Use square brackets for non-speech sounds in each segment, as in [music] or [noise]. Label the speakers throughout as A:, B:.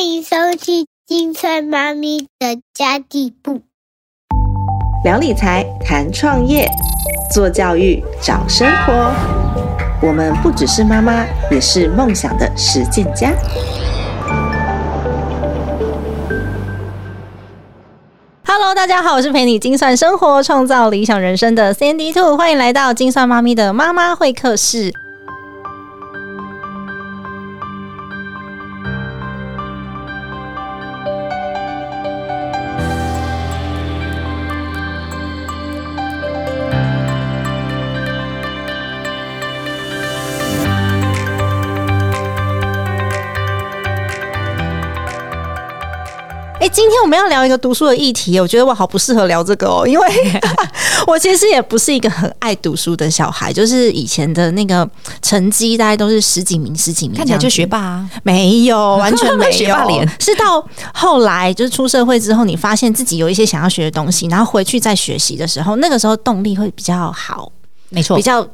A: 迎收听金翠妈咪的家地部。
B: 聊理财、谈创业、做教育、找生活。我们不只是妈妈，也是梦想的实践家。
C: Hello，大家好，我是陪你精算生活、创造理想人生的 Sandy Two，欢迎来到精算妈咪的妈妈会客室。哎、今天我们要聊一个读书的议题，我觉得我好不适合聊这个哦，
D: [laughs]
C: 因为我其实也不是一个很爱读书的小孩，就是以前的那个成绩大概都是十几名、十几名这样子，
D: 看起来就学霸啊。
C: 没
D: [laughs]
C: 有，完全没有。
D: 学霸脸
C: 是到后来就是出社会之后，你发现自己有一些想要学的东西，然后回去再学习的时候，那个时候动力会比较好，
D: 没错
C: 比，较。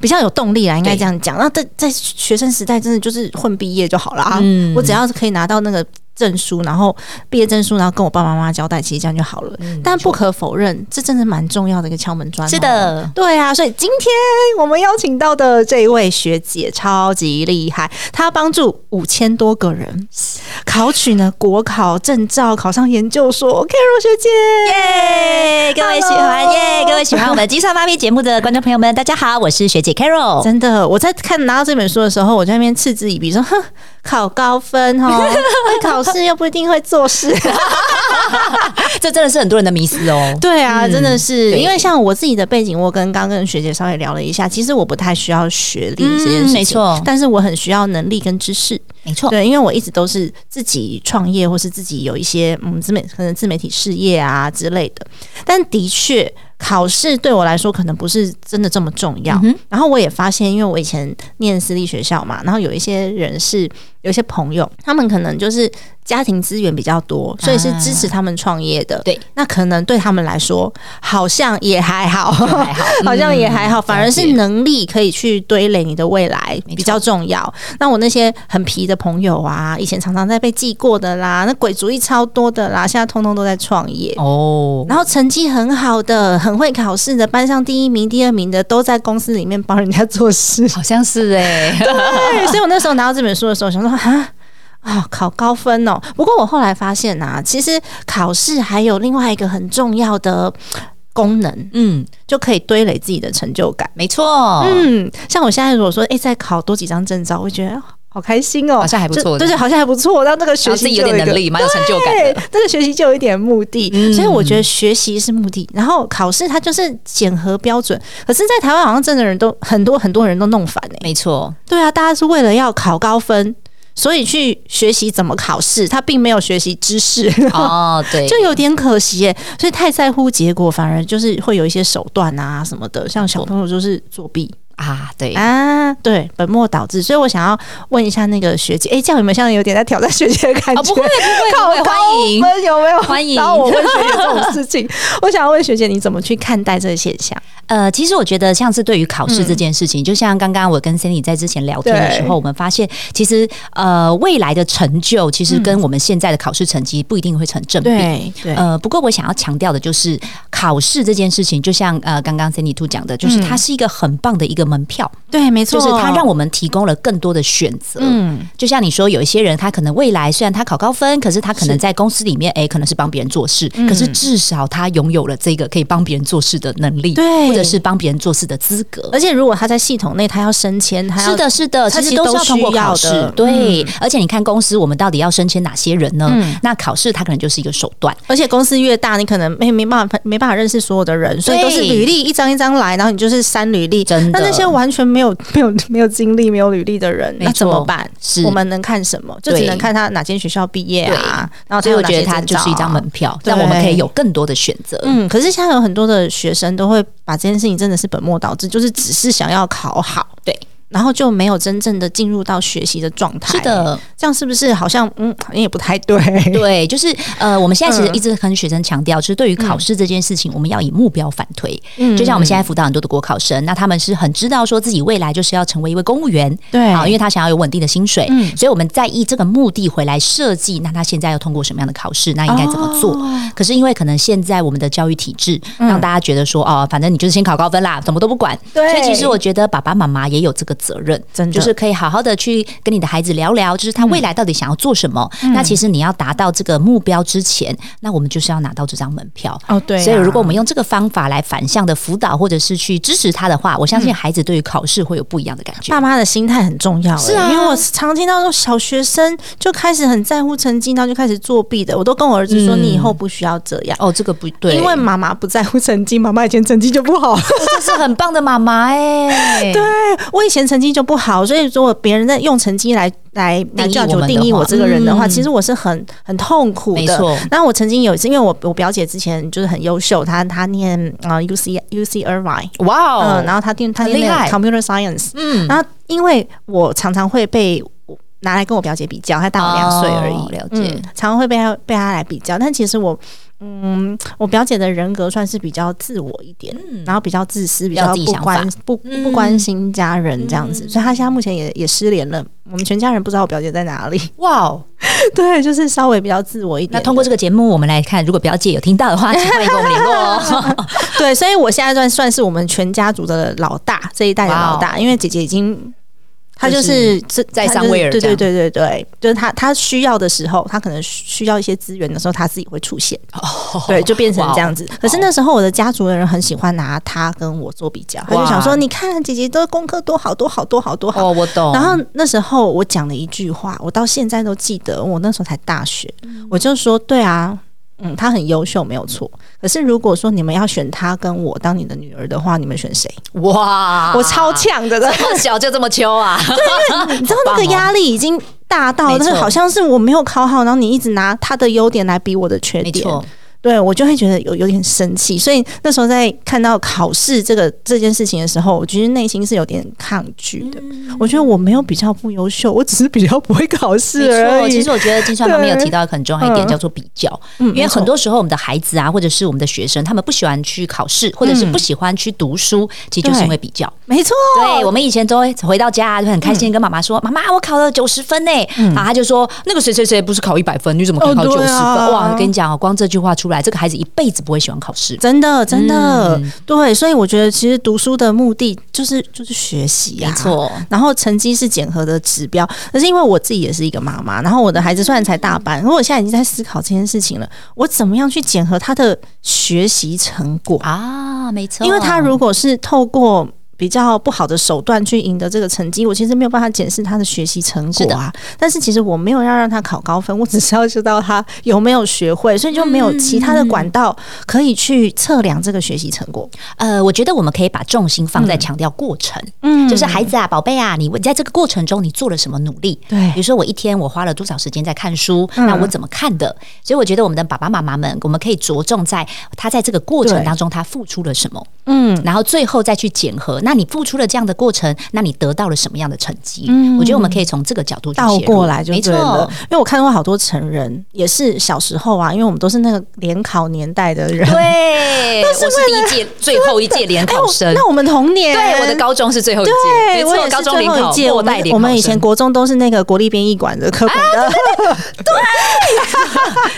C: 比较有动力啦，应该
D: 对
C: 这样讲。那在在学生时代，真的就是混毕业就好了啊。
D: 嗯
C: 我只要是可以拿到那个证书，然后毕业证书，然后跟我爸爸妈妈交代，其实这样就好了。但不可否认，这真的蛮重要的一个敲门砖、
D: 嗯是。的，
C: 对啊，所以今天我们邀请到的这一位学姐超级厉害，她帮助五千多个人考取呢国考证照，考上研究所。Carol 学姐，
D: 耶！各位喜欢
C: Hello
D: 耶！各位喜欢我们《金算妈咪》节目的观众朋友们，大家好，我是学姐 Carol。
C: 真的，我在看拿到这本书的时候，我在那边嗤之以鼻，说：“哼，考高分哦，会考试又不一定会做事。
D: 这真的是很多人的迷思哦”。
C: 对啊，真的是
D: 对
C: 因为像我自己的背景，我跟刚跟学姐稍微聊了一下，其实我不太需要学历这件事情，
D: 嗯没错
C: 但是我很需要能力跟知识。
D: 没错，
C: 对，因为我一直都是自己创业，或是自己有一些嗯自媒可能自媒体事业啊之类的。但的确，考试对我来说可能不是真的这么重要。
D: 嗯哼
C: 然后我也发现，因为我以前念私立学校嘛，然后有一些人是有一些朋友，他们可能就是家庭资源比较多，所以是支持他们创业的。
D: 啊对，
C: 那可能对他们来说好像也还好，，
D: 还好
C: [laughs]
D: 嗯
C: 好像也还好，反而
D: 了
C: 是
D: 解
C: 能力可以去堆垒你的未来比较重要。那我那些很皮的朋友啊，以前常常在被记过的啦，那鬼主意超多的啦，现在通通都在创业。
D: 哦。
C: 然后成绩很好的、很会考试的、班上第一名、第二名的，都在公司里面帮
D: [laughs]
C: 人家做事。
D: 好像是哎、
C: 对，所以我那时候拿到这本书的时候，想说啊。啊、考高分哦！不过我后来发现啊，其实考试还有另外一个很重要的功能，
D: [laughs] 嗯，
C: 就可以堆垒自己的成就感。
D: 没错，
C: 嗯，像我现在如果说，哎、再考多几张证照，我会觉得哦好开心哦，
D: 好像还不
C: 就
D: 错
C: 对对，好像还不错。让这个学
D: 然后
C: 习
D: 自己有
C: 就
D: 点
C: 一个
D: 能力，蛮有成就感
C: 对
D: 的。，
C: 这个学习就有一点目的，
D: 嗯
C: 所以我觉得学习是目的，然后考试它就是检核标准。可是，在台湾好像真的人都很多很多人都弄反哎、
D: 没错，
C: 对啊，大家是为了要考高分，所以去学习怎么考试，他并没有学习知识。 [laughs]
D: 哦，对，
C: 就有点可惜耶，所以太在乎结果，反而就是会有一些手段啊什么的，像小朋友就是作弊，
D: 啊，对，
C: 啊，对，本末倒置。所以我想要问一下那个学姐，哎、这样有没有像有点在挑战学姐的感觉？
D: 哦，不会，不
C: [laughs]
D: 会，
C: 考
D: 不会，
C: 高
D: 欢迎。
C: 分有没有？
D: 欢迎
C: 然后我问学姐这种事情， [laughs] 我想要问学姐你怎么去看待这个现象？
D: 呃，其实我觉得像是对于考试这件事情，就像刚刚我跟 Sandy 在之前聊天的时
C: 嗯对
D: 候，我们发现其实呃未来的成就其实跟我们现在的考试成绩不一定会成正比。
C: 对
D: 呃，不过我想要强调的就是，考试这件事情，就像呃刚刚 Sandy Two 讲的，就是它是一个很棒的一个门票，
C: 对，没嗯错，
D: 就是它让我们提供了更多的选择。
C: 嗯，
D: 就像你说，有一些人他可能未来虽然他考高分，可是他可能
C: 是嗯
D: 在公司里面，哎，可能是帮别人做事，可是至少他拥有了这个可以帮别人做事的能力，
C: 对
D: 或者是帮别人做事的资格。
C: 而且如果他在系统内，他要升迁，他要
D: 是的，是的，
C: 它其
D: 其实
C: 实
D: 都
C: 都
D: 是要通过
C: 需要
D: 考
C: 的嗯
D: 试，对。而且你看，公司我们到底要升迁哪些人呢？
C: 嗯
D: 那考试它可能就是一个手段，
C: 而且公司越大，你可能没没办法没办法认识所有的人，所以都是履历一张一张来，然后你就是删履历。
D: 真
C: 那
D: 的
C: 那些完全没有 [laughs] 没有没有经历、没有履历的人，
D: 没
C: 那怎么
D: 错
C: 办？
D: 是
C: 我们能看什么？就
D: 对
C: 只能看他哪间学校毕业啊，然后他
D: 所以
C: 有
D: 我
C: 哪
D: 觉
C: 些
D: 得它
C: 证照
D: 就
C: 啊
D: 是一张门票，
C: 对
D: 让我们可以有更多的选择。
C: 嗯，可是现在有很多的学生都会把这件事情真的是本末倒置，就是只是想要考好。
D: 对，
C: 然后就没有真正的进入到学习的状态。
D: 是，的，
C: 这样是不是好像嗯，好像也不太对？
D: 对，就是呃，我们现在其实
C: 嗯
D: 一直跟学生强调，就是对于考试这件事情，我们要以目标反推。
C: 嗯
D: 就像我们现在辅导很多的国考生，那他们是很知道说自己未来就是要成为一位公务员，
C: 对
D: 好，因为他想要有稳定的薪水，
C: 嗯
D: 所以我们在以这个目的回来设计，那他现在要通过什么样的考试，那应
C: 哦
D: 该怎么做？可是因为可能现在我们的教育体制
C: 嗯
D: 让大家觉得说，哦，反正你就是先考高分啦，什么都不管。
C: 对
D: 所以其实我觉得爸爸妈妈也有这个责任，
C: 真的
D: 就是可以好好的去跟你的孩子聊聊，就是他
C: 嗯
D: 未来到底想要做什么。那其实你要达到这个目标之前，那我们就是要拿到这张门票。
C: 哦，对啊、
D: 所以，如果我们用这个方法来反向的辅导，或者是去支持他的话，我相
C: 嗯
D: 信孩子对于考试会有不一样的感觉。
C: 爸妈的心态很重要、欸，
D: 是啊
C: 因为我常听到说小学生就开始很在乎成绩，然后就开始作弊的。我都跟我儿子说，
D: 嗯
C: 你以后不需要这样，
D: 哦，这个不对，
C: 因为 [laughs] 妈妈不在乎成绩，妈妈以前成绩就不好，
D: 这是很棒的妈妈哎、对，
C: [laughs] 我以前成绩就不好，所以如果别人在用成绩来来
D: 来
C: 来
D: 定义
C: 要
D: 我
C: 求
D: 们的
C: 定义
D: 话
C: 我这个人的话，
D: 嗯
C: 其实我是很很痛苦
D: 没
C: 的。
D: 错，
C: 那我曾经有一次，因为我我表姐之前就是很优秀，她她念啊、呃 U C U C Irvine，
D: 哇哦，
C: 嗯，然后她念她
D: 很
C: 念那
D: 厉害
C: 个 Computer Science，
D: 嗯，
C: 然后因为我常常会被我拿来跟我表姐比较，她大我两岁而已，
D: 哦了解
C: 嗯常常会被她被她来比较。但其实我，嗯，我表姐的人格算是比较自我一点，然后比较自私，比
D: 要
C: 较
D: 嗯自己
C: 不
D: 想
C: 关不
D: 嗯
C: 不关心家人这样子，所以她现在目前也也失联了。我们全家人不知道我表姐在哪里，
D: 哇哦，
C: [laughs] 对，就是稍微比较自我一点
D: 那
C: 的。
D: 通过这个节目，我们来看，如果表姐有听到的话，请欢迎跟我们联络
C: [laughs]
D: 哦。
C: 对，所以我现在算算是我们全家族的老大这一代的老大，因为姐姐已经。她就是这
D: 哦在
C: 她就是
D: 上位了
C: 对
D: 这
C: 对
D: 样
C: 对对对，就是她她需要的时候，她可能需要一些资源的时候，她自己会出现，
D: 哦
C: 对，就变成这样子。可是那时候我的家族的人很喜欢拿她跟我做比较，他就想
D: 哇
C: 说，你看姐姐的功课多好多好多好多好，
D: 哦，我懂。
C: 然后那时候我讲了一句话，我到现在都记得。我那时候才大学，
D: 嗯
C: 我就说：“对啊，嗯，她很优秀，没有错。可是如果说你们要选她跟我当你的女儿的话，你们选谁？”
D: 哇，
C: 我超呛的，
D: 这么小就这么秋啊，哦
C: 你知道那个压力已经大到，
D: 没错
C: 但是好像是我没有考好，然后你一直拿她的优点来比我的缺
D: 没
C: 点，
D: 错，
C: 对我就会觉得有有点生气。所以那时候在看到考试这个这件事情的时候，我其实内心是有点抗拒的。
D: 嗯
C: 我觉得我没有比较不优秀，我只是比较不会考
D: 没
C: 试
D: 错。
C: 而
D: 其
C: 已
D: 实。我觉得金川旁边有
C: 对
D: 提到一个很重要一点，
C: 嗯
D: 叫做比较。
C: 嗯
D: 因为
C: 没错
D: 很多时候我们的孩子啊，或者是我们的学生，他们不喜欢去考试，或者
C: 嗯
D: 是不喜欢去读书，其实就是因为比较。
C: 没错，嗯
D: 对，我们以前都会回到家就很开心，跟妈妈说：“妈妈，我考了九十分呢。”然后她就说：“那个谁谁谁不是考一百分，你怎么可以考
C: 哦
D: 九
C: 对
D: 十分？”
C: 啊
D: 哇，我跟你讲哦，光这句话出来，这个孩子一辈子不会喜欢考试。
C: 真的真的、对，所以我觉得其实读书的目的就是就是学习、啊，
D: 没。错，
C: 然后成绩是检核的指标，可是因为我自己也是一个妈妈，然后我的孩子虽然才大班，可我现在已经在思考这件事情了，我怎么样去检核他的学习成果？
D: 啊，没错，
C: 因为他如果是透过比较不好的手段去赢得这个成绩，我其实没有办法检视他的学习成果啊。但是其实我没有要让他考高分，我只是要知道他有没有学会，所以就没有其他的管道可以去测量这个学习成果。
D: 呃，我觉得我们可以把重心放在强调过程，
C: 嗯
D: 就是孩子啊，宝贝啊，你你在这个过程中你做了什么努力？
C: 对
D: 比如说我一天我花了多少时间在看书，
C: 嗯
D: 那我怎么看的？所以我觉得我们的爸爸妈妈们，我们可以着重在他在这个过程
C: 对
D: 当中他付出了什么，
C: 嗯，
D: 然后最后再去检核。那你付出了这样的过程，那你得到了什么样的成绩？我觉得我们可以从这个角度去
C: 倒
D: 切入
C: 过来就
D: 没
C: 对了
D: 错。。
C: 因为我看过好多成人，也是小时候啊，因为我们都是那个联考年代的人。
D: [laughs] [laughs] 对，我是第一届最后一届联
C: 哎，
D: 考
C: 我
D: 生。
C: 那我们童年
D: 对，我的高中是最后一届，没
C: 对，我也
D: 错，
C: 是
D: 高中
C: 最
D: 联
C: 后
D: 考
C: 一届，
D: 末
C: 我
D: 代
C: 们
D: 联考
C: 我们以
D: 生
C: 前国中都是那个国立编译馆的课本的，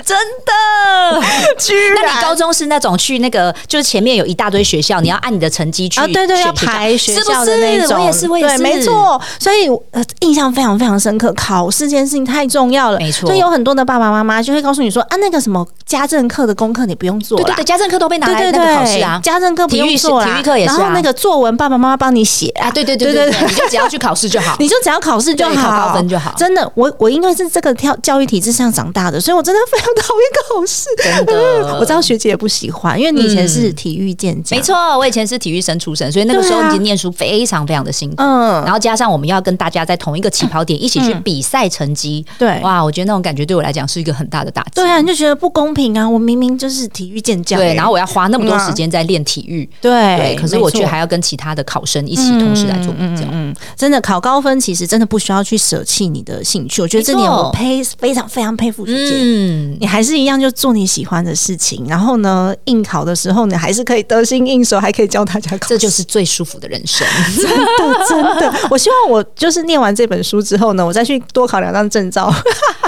D: 真 [laughs] 的，
C: 居
D: 那你高中是那种去那个，就是前面有一大堆学校，你要按你的成绩去
C: 啊，对对，
D: 选
C: 要排学校的那
D: 是不是
C: 种，
D: 我也是，我也是，
C: 对，没。错。所以呃，印象非常非常深刻，考试这件事情太重要了，
D: 没错
C: 所以有很多的爸爸妈妈就会告诉你说啊，那个什么家政课的功课你不用做
D: 对
C: 啦，
D: 对对，家政课都被拿
C: 对
D: 来
C: 对
D: 那个考试
C: 对，
D: 啊。
C: 家政课不
D: 体育
C: 用
D: 是
C: 做啦，
D: 体育课也是啊
C: 然后那个作文爸爸妈妈帮你写
D: 啊，对对对
C: 对
D: 对
C: 对
D: 对，你就只要去考试就好。
C: 你就只要考试就
D: 对
C: 好，
D: 考高分就好
C: 真的，我我因为是这个教教育体制上长大的，所以我真的非常讨厌考试。
D: 真的
C: [laughs]
D: 嗯
C: 我知道学姐也不喜欢，因为你以前是体育健将，
D: 没。错，我以前是体育生出身，所以那个时候
C: 对啊
D: 其实念书非常非常的辛苦。
C: 嗯
D: 然后加上我们要跟大家在同一个起跑点一起去比赛成绩，
C: 对
D: 哇，我觉得那种感觉对我来讲是一个很大的打击。
C: 对啊，你就觉得不公平啊！我明明就是体育健将欸、
D: 对，然后我要花那么多
C: 嗯啊
D: 时间在练体育，
C: 对
D: 对，可是我
C: 没
D: 却
C: 错
D: 还要跟其他的考生一起同时来做比较。
C: 嗯，真的考高分其实真的不需要去舍弃你的兴趣。我觉得这点
D: 没错
C: 我佩非常非常佩服学姐。
D: 嗯，
C: 你还是一样，就做你喜欢的事情。然后呢，应考的时候呢，还是可以得心应手，还可以教大家考试。
D: 这就是最舒服的人
C: [laughs]
D: 生。
C: 真的真的。我希望我就是念完这本书之后呢，我再去多考两张证照。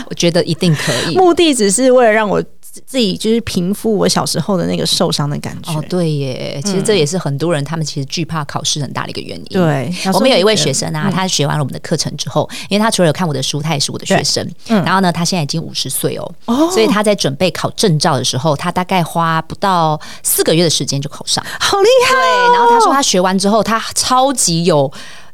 D: 我觉得一定可以。
C: 目的只是为了让我自自己就是平复我小时候的那个受伤的感觉。
D: 哦，对耶，其实这也是很多人他们其实惧怕考试很大的一个原因。。
C: 对，小时候
D: 我们有一位
C: 就觉
D: 学
C: 得
D: 生啊，他学完了我们的课程之后，因为他除了有看我的书，他也是我的学生。然后呢，他现在已经五十岁哦，所以他在准备考证照的时候，他大概花不到四个月的时间就考上。
C: 好厉害哦、
D: 对，然后他说他学完之后，他超级有。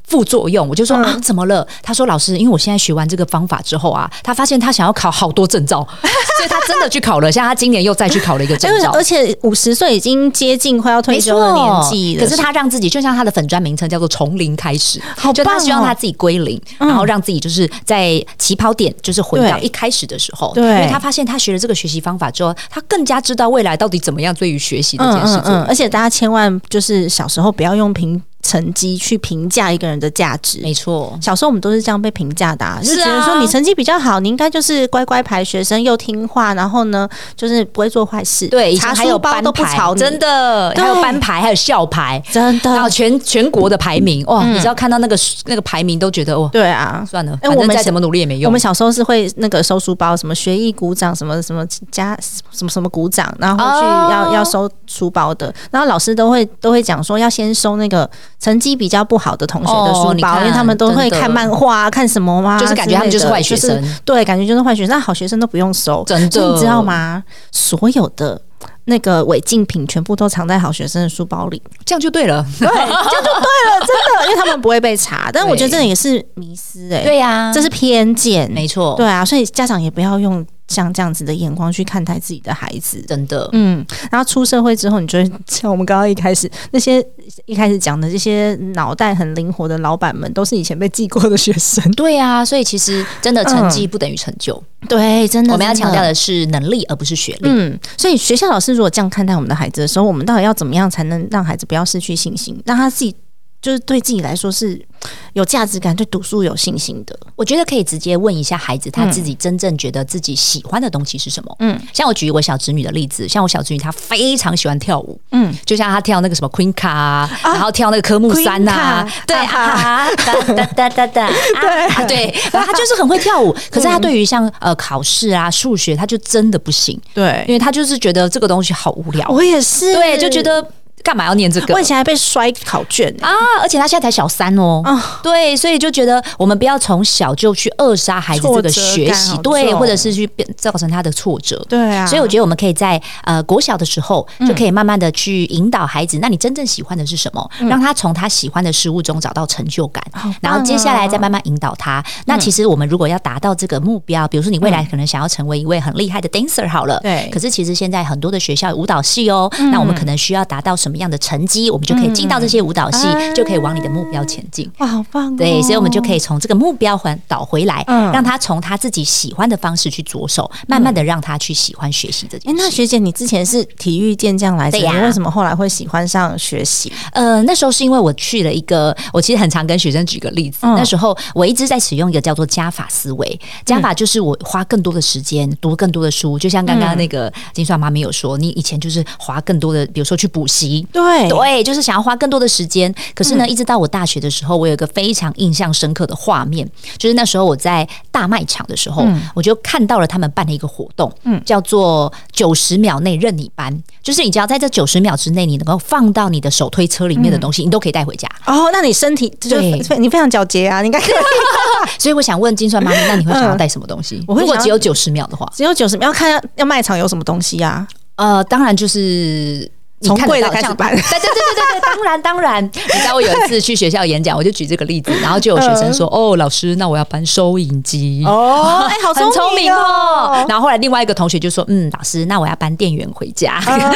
D: 副作用，我就说、啊，怎么了？他说老师，因为我现在学完这个方法之后啊，他发现他想要考好多证照，所以他真的去考了。像他今年又再去考了一个证
C: 因为 [laughs]
D: 照，
C: 而且五十岁已经接近快要退
D: 没
C: 休
D: 错，
C: 的年纪了，
D: 可是他让自己，就像他的粉砖名称叫做“从零开始”，
C: 好
D: 就他
C: 棒
D: 希望
C: 哦
D: 他自己归零，然后让自己就是在起跑点，就是回到
C: 对
D: 一开始的时候。
C: 对
D: 因为他发现他学了这个学习方法之后，他更加知道未来到底怎么样对于学习这
C: 嗯
D: 件事
C: 嗯
D: 情。
C: 嗯，而且大家千万就是小时候不要用评成绩去评价一个人的价值。
D: 没错，
C: 小时候我们都是这样被评价的、啊，就是觉
D: 啊
C: 得说你成绩比较好，你应该就是乖乖牌学生，又听话，然后呢就是不会做坏事，
D: 对，以
C: 查
D: 前还
C: 书
D: 有
C: 包
D: 班
C: 都不
D: 牌
C: 吵，你，
D: 真的，
C: 对嗯
D: 还有班牌，还有校牌，
C: 真
D: 然后
C: 的，
D: 全全国的排名，哇，你知道看到那个那个排名都觉得哇，哦
C: 对啊。
D: 算了，
C: 嗯哎
D: 反
C: 我
D: 正
C: 们
D: 再
C: 小
D: 怎么努力也没
C: 我
D: 用
C: 们。小时候是会那个收书包，什么学艺鼓掌，什么什么加什么什么鼓掌，然后去
D: 哦
C: 要、要收书包的，然后老师都会都会讲说要先收那个成绩比较不好的同学的
D: 哦
C: 书
D: 你
C: 包，
D: 看
C: 因为他们都会
D: 真的
C: 看漫画、啊、看什么嘛、
D: 就是感觉他们
C: 之类的
D: 就是坏学生
C: 就是对，感觉就是坏学生，但好学生都不用收，
D: 真
C: 所以
D: 的，
C: 你知道？吗？所有的那个违禁品全部都藏在好学生的书包
D: [laughs]
C: 里，
D: 这样就对了，
C: 对，这样就对了，真的，因为他们不会被查。但我觉得这也是迷思、欸，
D: 对啊呀，
C: 这是偏见，
D: [laughs] 没错，
C: 对啊，所以家长也不要用像这样子的眼光去看待自己的孩子。
D: 真的，
C: 嗯，然后出社会之后，你就会像我们刚刚一开始那些一开始讲的这些脑袋很灵活的老板们，都是以前被记过的学
D: [laughs]
C: 生。
D: 对啊，所以其实真的成绩不等于成就，
C: 对，嗯真的，
D: 我们要强
C: 真
D: 调的是能力，而不是学历。
C: 嗯，所以学校老师如果这样看待我们的孩子的时候，我们到底要怎么样才能让孩子不要失去信心，让他自己就是对自己来说是有价值感、对读书有信心的？
D: 我觉得可以直接问一下孩子，
C: 嗯
D: 他自己真正觉得自己喜欢的东西是什么。嗯，像我举我小侄女的例子，像我小侄女她非常喜欢跳舞，
C: 嗯
D: 嗯，就像她跳那个什么 Queen 卡、啊，然后跳那个科目三呐、啊
C: Queen，Ka，
D: 对啊啊，哒哒哒哒哒，对
C: [laughs]
D: 啊对，反正她就是很会跳舞。可
C: 嗯
D: 是她对于像呃考试啊、数学，她就真的不行，因
C: 对，
D: 为她就是觉得这个东西好无聊，
C: 我也是，
D: 对，就觉得干嘛要念这个
C: 我以？前还被摔考卷、
D: 啊！而且他现在才小三哦，
C: 啊
D: 对，所以就觉得我们不要从小就去扼杀孩子这个学
C: 挫折感
D: 习
C: 好，
D: 对，
C: 重
D: 或者是去变造成他的挫折。
C: 对啊嗯
D: 所以我觉得我们可以在呃国小的时候就可以慢慢的去引导孩子，那你真正喜欢的是什么？
C: 嗯
D: 让他从他喜欢的事物中找到成就感，然
C: 啊
D: 后接下来再慢慢引导他。
C: 嗯
D: 那其实我们如果要达到这个目标，比如说你未来可能想要成为一位很厉害的 dancer 好了，
C: 对嗯
D: 可是其实现在很多的学校有舞蹈系哦，那我们可能需要达到什么样的成绩，我们就可以进到这些舞蹈系，就可以往你的目标前进。
C: 哇，好棒、嗯哦！
D: 对，所以我们就可以从这个目标环导回来，
C: 嗯
D: 让他从他自己喜欢的方式去着手，慢慢的让他去喜欢学习这
C: 哎、
D: 件
C: 那
D: 事。
C: 学姐，你之前是体育健将来着，
D: 对呀
C: 你为什么后来会喜欢上学习？
D: 呃，那时候是因为我去了一个，我其实很常跟学生举个例子，
C: 嗯
D: 那时候我一直在使用一个叫做加法思维，加
C: 嗯
D: 法就是我花更多的时间读更多的书，就像刚
C: 嗯
D: 刚那个金算妈咪有说，你以前就是花更多的，比如说去补习，
C: 对
D: 对，就是想要花更多的时间。可是呢，一直到我大学的时候，我有一个非常印象深刻的画面，就是那时候我在大卖场的时候，我就看到了他们办的一个活动，叫做九十秒内任你搬，就是你只要在这九十秒之内，你能够放到你的手推车里面的东西，你都可以带回家。
C: 哦，那你身体就
D: 对
C: 是你非常皎洁啊，你应该可以
D: [laughs] 所以我想问金算妈 [laughs] 咪，那你会嗯想要带什么东西？
C: 我会
D: 如果
C: 想要
D: 只有九十秒的话，
C: 只有九十秒，要看要要卖场有什么东西啊？
D: 呃，当然就是你
C: 从
D: 看得
C: 贵的
D: 到
C: 开始
D: 像
C: 搬
D: 对对对对对对，当然当然。你知道我有一次去学校演讲，我就举这个例子，然后就有学生说：“哦，老师，那我要搬收银机。”
C: 嗯 [laughs] 哦，哎、好
D: 很
C: 聪
D: 聪明哦
C: 哦。
D: 然后后来另外一个同学就说：“嗯，老师，那我要搬电源回家。
C: 哦
D: 然后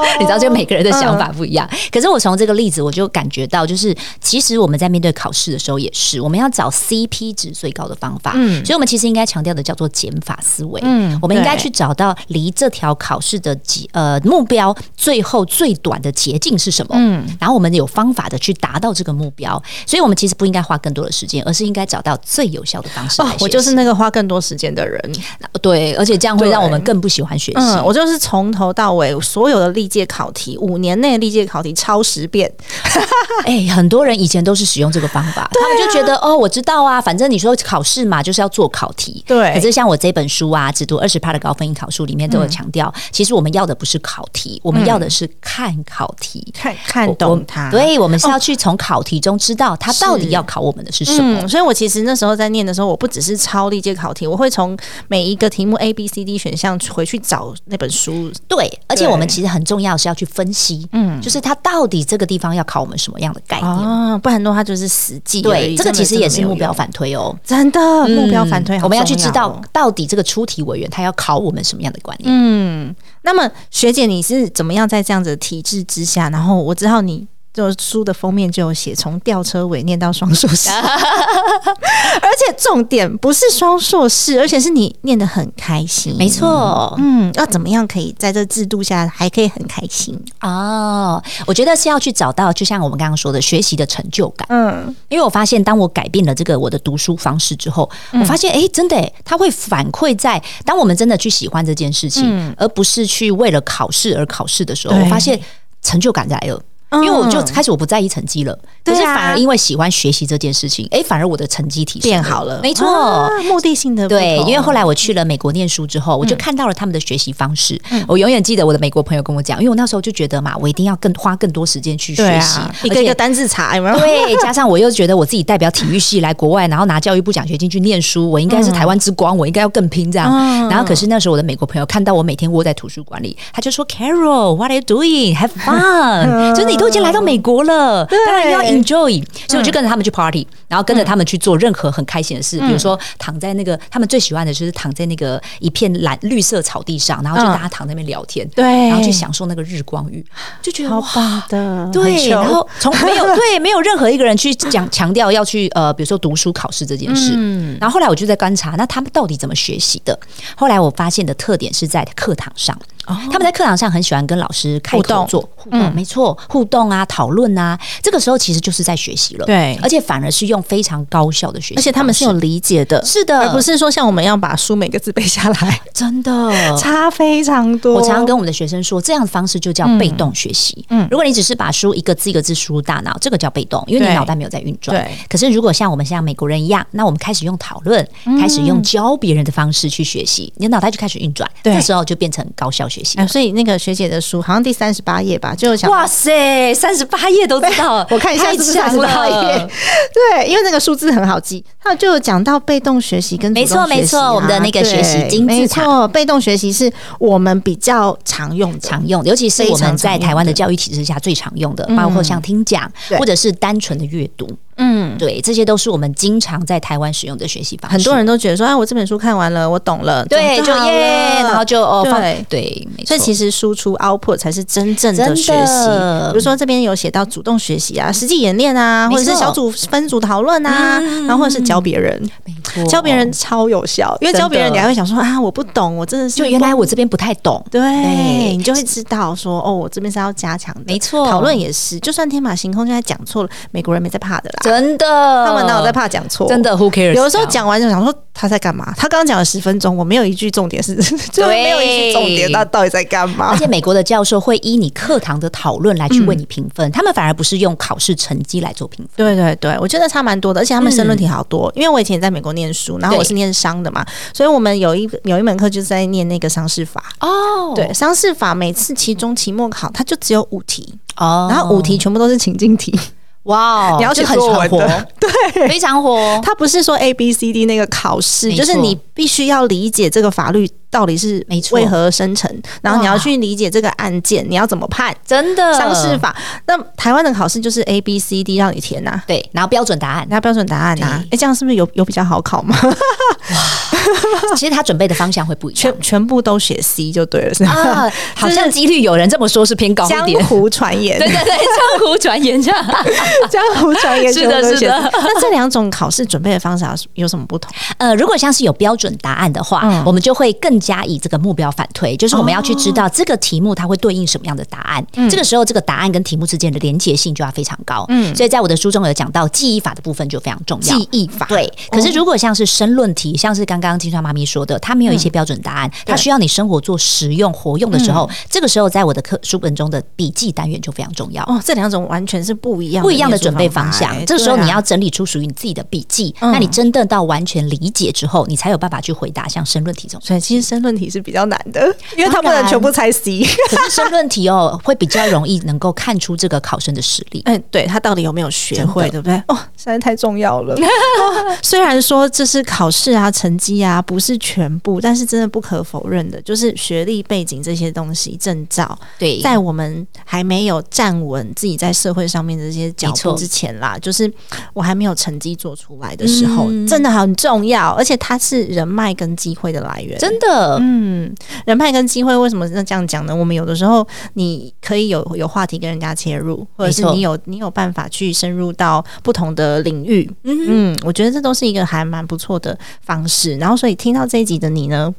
D: [laughs] 哦你知道，就每个人的想法不一
C: 嗯
D: 样。可是我从这个例子，我就感觉到，就是其实我们在面对考试的时候也是，我们要找 CP 值最高的方法。
C: 嗯
D: 所以我们其实应该强调的叫做减法思维。
C: 嗯
D: 我们应该
C: 对
D: 去找到离这条考试的几呃目标最后最短的捷径是什么。
C: 嗯
D: 然后我们有方法的去达到这个目标，所以我们其实不应该花更多的时间，而是应该找到最有效的方式来
C: 哦
D: 学，习。
C: 我就是那个花更多时间的人。
D: 对，而且这样会
C: 对
D: 让我们更不喜欢学习。
C: 嗯，我就是从头到尾所有的历届考题，五年内历届考题抄十遍。
D: 哎、很多人以前都是使用这个方法，
C: 啊
D: 他们就觉得哦，我知道啊，反正你说考试嘛，就是要做考题。
C: 对嗯
D: 可是像我这本书啊，《只读二十趴的高分应考书》里面都有强调，其实我们要的不是考题，我们要的是看考题。
C: 看看
D: 我
C: 懂
D: 们
C: 它。
D: 对，我们是要去从考题中知道它到底要考我们的是什么。
C: 嗯，所以我其实那时候在念的时候，我不只是抄历届考题，我会从每一个题目 A、B、C、D 选项回去找那本书。
D: 对，而且我们
C: 对
D: 其实很重要是要去分析，嗯，就是它到底这个地方要考我们什么样的概念。
C: 哦，不然的话就是死记而已。
D: 对，这个
C: 根本
D: 其实
C: 真的
D: 也是
C: 没有
D: 目标
C: 用，
D: 反推哦。
C: 真的目标反推、
D: 嗯
C: 好
D: 我们要去
C: 重
D: 知
C: 哦
D: 道到底这个出题委员他要考我们什么样的观念。
C: 嗯，那么学姐，你是怎么样在这样子的体制之下？然后我知道你就书的封面就有写从吊车尾念到双硕
D: [laughs]
C: 士，而且重点不是双硕士，而且是你念得很开心。
D: 没，错，
C: 嗯，要怎么样可以在这制度下还可以很开心？
D: 哦，我觉得是要去找到，就像我们刚刚说的，学习的成就感。
C: 嗯，
D: 因为我发现，当我改变了这个我的读书方式之后，
C: 嗯
D: 我发现，哎、真的、诶它会反馈在当我们真的去喜欢这件事情，而不是去为了考试而考试的时候，
C: 嗯对嗯
D: 我发现成就感来了。因为我就开始我不在意成绩了，
C: 对啊
D: 可是反而因为喜欢学习这件事情，哎、反而我的成绩提升
C: 变好了，
D: 没错。
C: 啊目的性的不
D: 对，
C: 同嗯
D: 因为后来我去了美国念书之后，我就看到了他们的学习方式。我永远记得我的美国朋友跟我讲，因为我那时候就觉得嘛，我一定要更花更多时间去
C: 对
D: 学习
C: 啊，，一个一个
D: 而且。
C: 单字查 [laughs] 有没有？
D: 对，加上我又觉得我自己代表体育系来国外，然后拿教育部奖学金去念书，我应该是台湾之光，我应该要更拼这样。
C: 嗯
D: 然后可是那时候我的美国朋友看到我每天窝在图书馆里，他就说：“Carol，what are you doing？Have
C: [laughs] 嗯
D: fun！就是你都已经来到美国了，当然要 enjoy。”所以我就跟着他们去 party，然
C: 嗯
D: 后跟着他们去做任何很开心的事，比如说躺在那个他们最喜欢的就是躺在那个一片蓝绿色草地上，然后就
C: 嗯
D: 大家躺在那边聊天，
C: 对
D: 然后去享受那个日光浴，就觉得
C: 好
D: 哇
C: 棒的，很
D: 对，
C: 秀
D: 然
C: [laughs]
D: 后从没有对没有任何一个人去讲强调要去呃，比如说读书考试这件事。
C: 嗯
D: 然后后来我就在观察，那他们到底怎么学习的？后来我发现的特点是在课堂上，他们在课堂上很喜欢跟老师
C: 哦
D: 开
C: 互动
D: 口做互动，没错，互动啊，讨论啊，这个时候其实就是在学习了。
C: 对
D: 而且反而是用非常高效的学习方式，
C: 而且他们是有理解的，
D: 是的，
C: 而不是说像我们要把书每个字背下来，
D: [laughs] 真的。
C: 差非常多。
D: 我常常跟我们的学生说，这样的方式就叫被动学习。
C: 嗯
D: 嗯，如果你只是把书一个字一个字输入大脑，这个叫被动，因为你
C: 对
D: 脑袋没有在运转。
C: 对
D: 可是如果像我们像美国人一样，那我们开始用讨论，
C: 嗯
D: 开始用教别人的方式去学习，你的脑袋就开始运转，
C: 对
D: 这时候就变成高效学习
C: 哎、。所以那个学姐的书好像第三十八页吧，就有想
D: 哇塞，三十八页都知道，
C: [laughs] 我看一下是不是
D: 太强
C: 38页
D: 了
C: [laughs] 对，因为那个数字很好记，它就有讲到被动学习跟主动
D: 没
C: 学
D: 错
C: 习啊
D: 没错我们的那个学习
C: 对
D: 金字
C: 没
D: 塔
C: 错，被动学习是我们比较常用的，嗯
D: 常用的，尤其是我们在台湾的教育体制下最常用的，包括像听讲
C: 对
D: 或者是单纯的阅读，
C: 嗯。
D: 对，这些都是我们经常在台湾使用的学习方式。
C: 很多人都觉得说，哎，我这本书看完了，我懂了，
D: 对，
C: 懂
D: 就
C: 好
D: 耶，
C: 了
D: 然后就哦，放
C: 对
D: 对，没错。
C: 所以其实输出 output 才是真正的
D: 真的
C: 学习。比如说这边有写到主动学习啊、实际演练啊，
D: 嗯没
C: 或
D: 错嗯
C: 者是小组分组讨论啊，然后或者是教别人，
D: 没错
C: 教别人超有效，因为
D: 真的
C: 教别人你还会想说啊，我不懂，我真的是
D: 哦就原来我这边不太懂，
C: 对
D: 对
C: 你就会知道说哦，我这边是要加强的。
D: 没错
C: 讨论也是，就算天马行空，就算讲错了，美国人没在怕的啦，
D: 真的，
C: 他
D: 他
C: 们哪有在？怕讲错？
D: 真。的，Who cares？
C: 有的时候讲完就想说他在干嘛？他刚刚讲了十分钟，我没有一句重点是， [laughs] 就是没有一句重点，
D: 对
C: 他到底在干嘛
D: 而？且美国的教授会依你课堂的讨论来去为你评分，他们反而不是用考试成绩来做评
C: 对
D: 分。
C: 对对，我觉得差蛮多的，而且他们申论题好多。因为我以前在美国念书，然后我
D: 对
C: 是念商的
D: 嗯
C: 嘛，所以我们有一有一门课就是在念那个商事法。
D: 哦
C: 对，商事法每次期中、期末考，它就只有五题，
D: 哦
C: 然后五题全部都是情境题，
D: 哇哦，
C: 你要写
D: 就很
C: 作
D: 常
C: 文
D: 活
C: 的，
D: 对，非常活。
C: 它不是说 A B C D 那个考试，
D: 没
C: 就是
D: 错
C: 你必须要理解这个法律到底是
D: 没错
C: 为何而生成，然后你要
D: 哇
C: 去理解这个案件，你要怎么判
D: 真的
C: 伤势法。
D: 呃
C: 那那台湾的考试就是 A B C D 让你填呐、啊。
D: 对，然后标准答 [laughs] 案，
C: 拿标准答案呐、啊，哎、这样是不是有有比较好考吗？
D: 其实他准备的方向会不一 [laughs]
C: [laughs]
D: 样
C: 全全部都写 C 就对了，是吗？ [laughs]
D: 啊，好像几率有人这么说，是偏高
C: 江
D: 一点。
C: 湖传 [laughs] 言，
D: 对对对，江湖传言这样。
C: 江湖传言
D: 是的
C: 全部都写
D: 是的
C: C [laughs] 那这两种考试准备的方式有什么不同？
D: 呃，如果像是有标准答案的话，
C: 嗯
D: 我们就会更加以这个目标反推，就是我们要去知
C: 哦
D: 道这个题目它会对应什么样的答案。
C: 嗯
D: 这个时候，这个答案跟题目之间的连结性就要非常高。嗯，所以在我的书中有讲到记忆法的部分就非常重要。
C: 忆法哦
D: 对，可是如果像是申论题，像是刚刚金川妈咪说的，它没有一些标准答案，它需要你生活做实用活用的时
C: 嗯
D: 候，这个时候在我的课书本中的笔记单元就非常重要。
C: 哦，这两种完全是不一样
D: 不一样的准备
C: 方
D: 方向。
C: 哎
D: 这个时候
C: 对啊
D: 你要整理出属于你自己的笔记，
C: 嗯
D: 那你真正到完全理解之后，你才有办法去回答像申论题这
C: [laughs]
D: 种。
C: 所以其实申论题是比较难的，因为它不能
D: 当然
C: 全部猜 C。
D: 可是申论题哦，会比较容易能够看出这个考生的实力。
C: 嗯，对他到底有没有学会，对
D: 真
C: 不对？哦，实在太重要了。哦 [laughs] 虽然说这是考试啊、成绩啊，不是全部，但是真的不可否认的，就是学历背景这些东西、证照，
D: 对，
C: 在我们还没有站稳自己在社会上面的这些脚
D: 没
C: 步
D: 错
C: 之前啦，就是我还没有成绩做出来的时候，
D: 嗯
C: 真的很重要，而且它是人脉跟机会的来源。
D: 真的、
C: 嗯，人脉跟机会为什么那这样讲呢？我们有的时候你可以有有话题跟人家切入，或者是
D: 没错
C: 你有你有办法去深入到不同的领域。嗯我觉得这都是一个还蛮不错的方式。然后，所以听到这一集的你呢，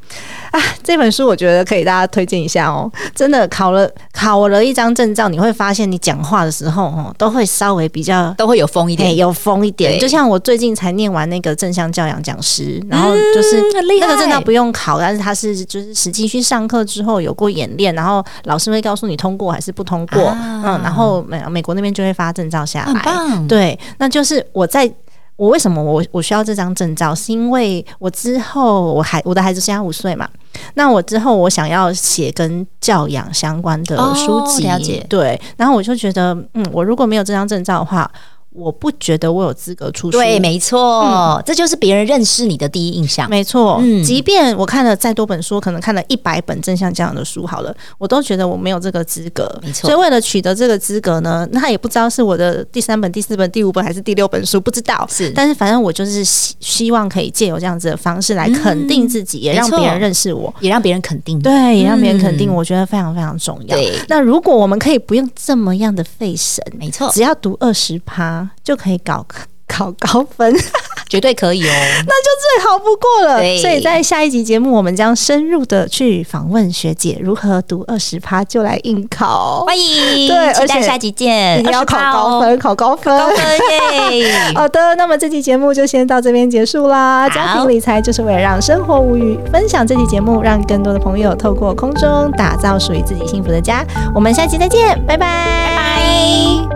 C: 啊，这本书我觉得可以大家推荐一下哦。真的考了考了一张证照，你会发现你讲话的时候哦，都会稍微比较
D: 都会有风一
C: 哎、
D: 点。
C: 有风一点。
D: 对
C: 就像我最近才念完那个正向教养讲师，然后就是、
D: 嗯很厉害
C: 那个证照不用考，但是他是就是实际去上课之后有过演练，然后老师会告诉你通过还是不通过，
D: 啊
C: 嗯，然后美美国那边就会发证照下
D: 很
C: 来。
D: 棒，
C: 对，那就是我在。我为什么我我需要这张证照？是因为我之后我孩我的孩子现在五岁嘛，那我之后我想要写跟教养相关的
D: 哦
C: 书籍，
D: 了解
C: 对。然后我就觉得，嗯，我如果没有这张证照的话，我不觉得我有资格出书。
D: 对，没错、这就是别人认识你的第一印象。
C: 嗯没错，
D: 嗯
C: 即便我看了再多本书，可能看了一百本正向教养的书，好了，我都觉得我没有这个资格。
D: 没错
C: 所以为了取得这个资格呢，那也不知道是我的第三本、第四本、第五本还是第六本书，不知道。
D: 是
C: 但是反正我就是希希望可以借由这样子的方式来肯定自己，也让
D: 没错
C: 别人认识我。
D: 也让别人肯定你。
C: 嗯对，也让别人肯定，
D: 嗯
C: 我觉得非常非常重要。
D: 对
C: 那如果我们可以不用这么样的费神，
D: 没错，
C: 只要读二十趴就可以搞 [laughs] 考高分，
D: 绝对可
C: [laughs]
D: 以哦。
C: 最好不过了。
D: 对
C: 所以在下一集节目，我们将深入的去访问学姐如何读二十趴就来应考，
D: 欢迎，
C: 对而
D: 期
C: 且
D: 待下集见。
C: 你要
D: 20
C: 考
D: 趴
C: 高
D: 哦，
C: 分，考高分。
D: 高
C: [laughs]
D: 分耶！
C: 好的，那么这期节目就先到这边结束啦。家庭理财就是为了让生活无虞，分享这期节目，让更多的朋友透过空中打造属于自己幸福的家。我们下期再见，拜拜，拜拜。